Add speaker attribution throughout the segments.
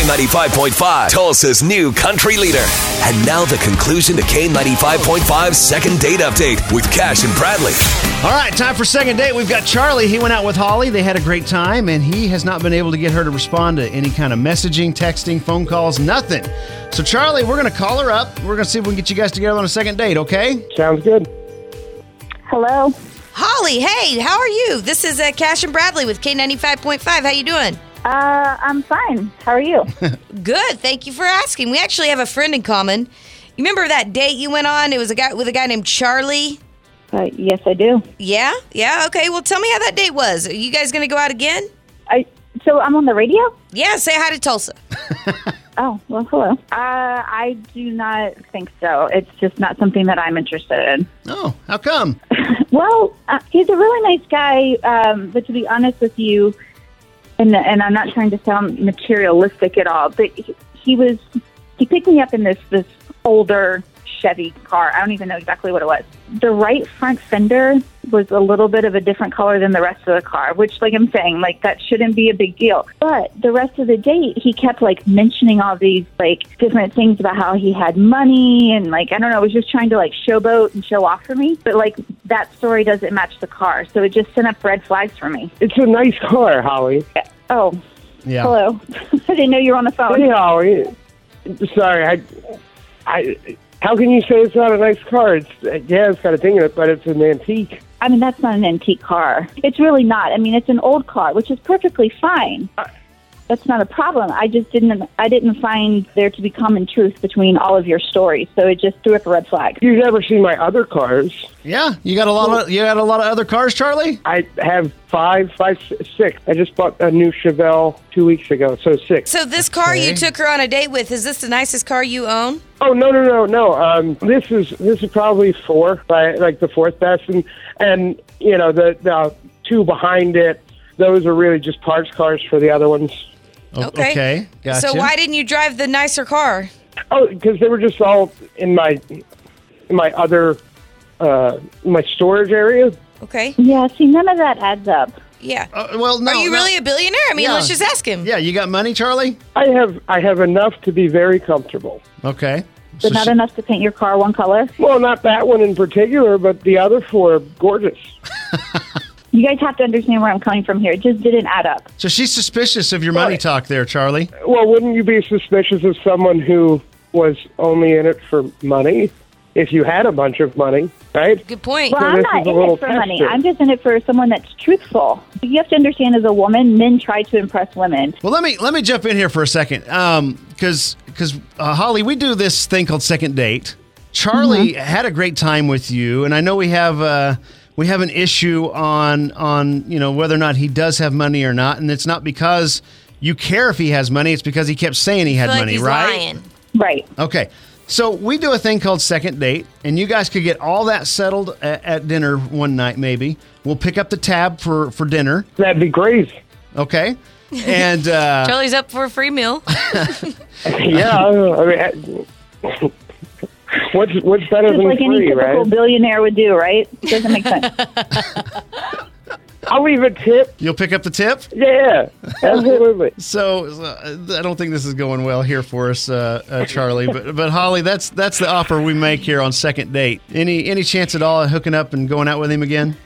Speaker 1: K95.5, Tulsa's new country leader. And now the conclusion to K95.5's second date update with Cash and Bradley.
Speaker 2: All right, time for second date. We've got Charlie. He went out with Holly. They had a great time, and he has not been able to get her to respond to any kind of messaging, texting, phone calls, nothing. So, Charlie, we're going to call her up. We're going to see if we can get you guys together on a second date, okay?
Speaker 3: Sounds good.
Speaker 4: Hello.
Speaker 5: Holly, hey, how are you? This is uh, Cash and Bradley with K95.5. How you doing?
Speaker 4: Uh, I'm fine. How are you?
Speaker 5: Good. Thank you for asking. We actually have a friend in common. You remember that date you went on? It was a guy with a guy named Charlie.
Speaker 4: uh, yes, I do.
Speaker 5: Yeah, yeah. Okay. Well, tell me how that date was. Are you guys gonna go out again?
Speaker 4: I so I'm on the radio.
Speaker 5: Yeah. Say hi to Tulsa.
Speaker 4: Oh well, hello. Uh, I do not think so. It's just not something that I'm interested in.
Speaker 2: Oh, how come?
Speaker 4: Well, uh, he's a really nice guy, um, but to be honest with you, and and I'm not trying to sound materialistic at all, but he, he was he picked me up in this this older Chevy car. I don't even know exactly what it was. The right front fender was a little bit of a different color than the rest of the car, which, like I'm saying, like that shouldn't be a big deal. But the rest of the date, he kept like mentioning all these like different things about how he had money and like I don't know, was just trying to like showboat and show off for me. But like that story doesn't match the car, so it just sent up red flags for me.
Speaker 3: It's a nice car, Holly.
Speaker 4: Oh,
Speaker 2: Yeah.
Speaker 4: hello. I didn't know you were on the phone.
Speaker 3: Hey, Holly. Sorry, I, I. How can you say it's not a nice car? It's yeah, it's got a thing in it, but it's an antique.
Speaker 4: I mean, that's not an antique car. It's really not. I mean, it's an old car, which is perfectly fine. That's not a problem. I just didn't. I didn't find there to be common truth between all of your stories, so it just threw up a red flag.
Speaker 3: You've never seen my other cars.
Speaker 2: Yeah, you got a lot of you got a lot of other cars, Charlie.
Speaker 3: I have five, five, six. I just bought a new Chevelle two weeks ago, so six.
Speaker 5: So this car
Speaker 2: Okay.
Speaker 5: you took her on a date with is this the nicest car you own?
Speaker 3: Oh no no no no! Um, this is this is probably four, like like the fourth best, and and you know the the two behind it, those are really just parts cars for the other ones.
Speaker 2: O- Okay. Gotcha.
Speaker 5: So why didn't you drive the nicer car?
Speaker 3: Oh, because they were just all in my in my other uh, my storage area.
Speaker 5: Okay.
Speaker 4: Yeah. See, none of that adds up.
Speaker 5: Yeah.
Speaker 2: Uh, well, no.
Speaker 5: Are you
Speaker 2: no.
Speaker 5: really a billionaire? I mean,
Speaker 2: Yeah.
Speaker 5: let's just ask him.
Speaker 2: Yeah, you got money, Charlie.
Speaker 3: I have I have enough to be very comfortable.
Speaker 2: Okay.
Speaker 4: But
Speaker 2: So
Speaker 4: not
Speaker 2: she-
Speaker 4: enough to paint your car one color.
Speaker 3: Well, not that one in particular, but the other four are gorgeous.
Speaker 4: You guys have to understand where I'm coming from here. It just didn't add up.
Speaker 2: so she's suspicious of your money talk, there, Charlie.
Speaker 3: Well, wouldn't you be suspicious of someone who was only in it for money? If you had a bunch of money, right?
Speaker 5: Good point.
Speaker 4: Well,
Speaker 3: So
Speaker 4: I'm
Speaker 3: this
Speaker 4: not
Speaker 3: is a
Speaker 4: in
Speaker 3: little
Speaker 4: it for money.
Speaker 3: tester.
Speaker 4: I'm just in it for someone that's truthful. You have to understand, as a woman, men try to impress women.
Speaker 2: Well, let me let me jump in here for a second, because because uh, Holly, we do this thing called second date. Charlie
Speaker 5: Mm-hmm.
Speaker 2: had a great time with you, and I know we have uh, we have an issue on on you know whether or not he does have money or not, and it's not because you care if he has money; it's because he kept saying he had
Speaker 5: I feel like
Speaker 2: money,
Speaker 5: he's
Speaker 2: right?
Speaker 5: lying.
Speaker 4: Right.
Speaker 2: Okay. So we do a thing called second date, and you guys could get all that settled at, at dinner one night, maybe. We'll pick up the tab for for dinner,
Speaker 3: That'd be great.
Speaker 2: okay? And uh,
Speaker 5: Charlie's up for a free meal.
Speaker 3: Yeah, Uh, I mean, I- what's what's better
Speaker 4: Just
Speaker 3: than
Speaker 4: like any
Speaker 3: free,
Speaker 4: typical
Speaker 3: right?
Speaker 4: billionaire would do, right? Doesn't make sense.
Speaker 3: I'll leave a tip.
Speaker 2: you'll pick up the tip.
Speaker 3: Yeah, absolutely.
Speaker 2: So uh, I don't think this is going well here for us, uh, uh, Charlie. But but Holly, that's that's the offer we make here on second date. Any any chance at all of hooking up and going out with him again?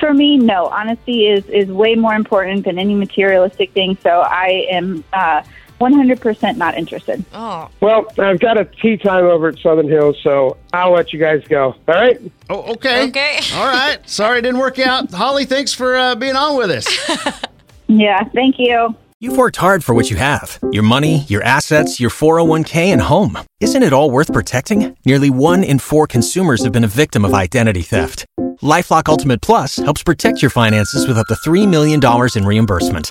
Speaker 4: For me, no. Honesty is is way more important than any materialistic thing. So I am uh, 100% not interested.
Speaker 5: Oh,
Speaker 3: Well, I've got a tea time over at Southern Hills, so I'll let you guys go. All right?
Speaker 2: Oh, okay.
Speaker 5: Okay.
Speaker 2: All right. Sorry it didn't work out. Holly, thanks for uh, being on with us.
Speaker 4: Yeah. Thank you.
Speaker 6: You've worked hard for what you have your money, your assets, your 401k, and home. Isn't it all worth protecting? Nearly one in four consumers have been a victim of identity theft. Lifelock Ultimate Plus helps protect your finances with up to $3 million in reimbursement.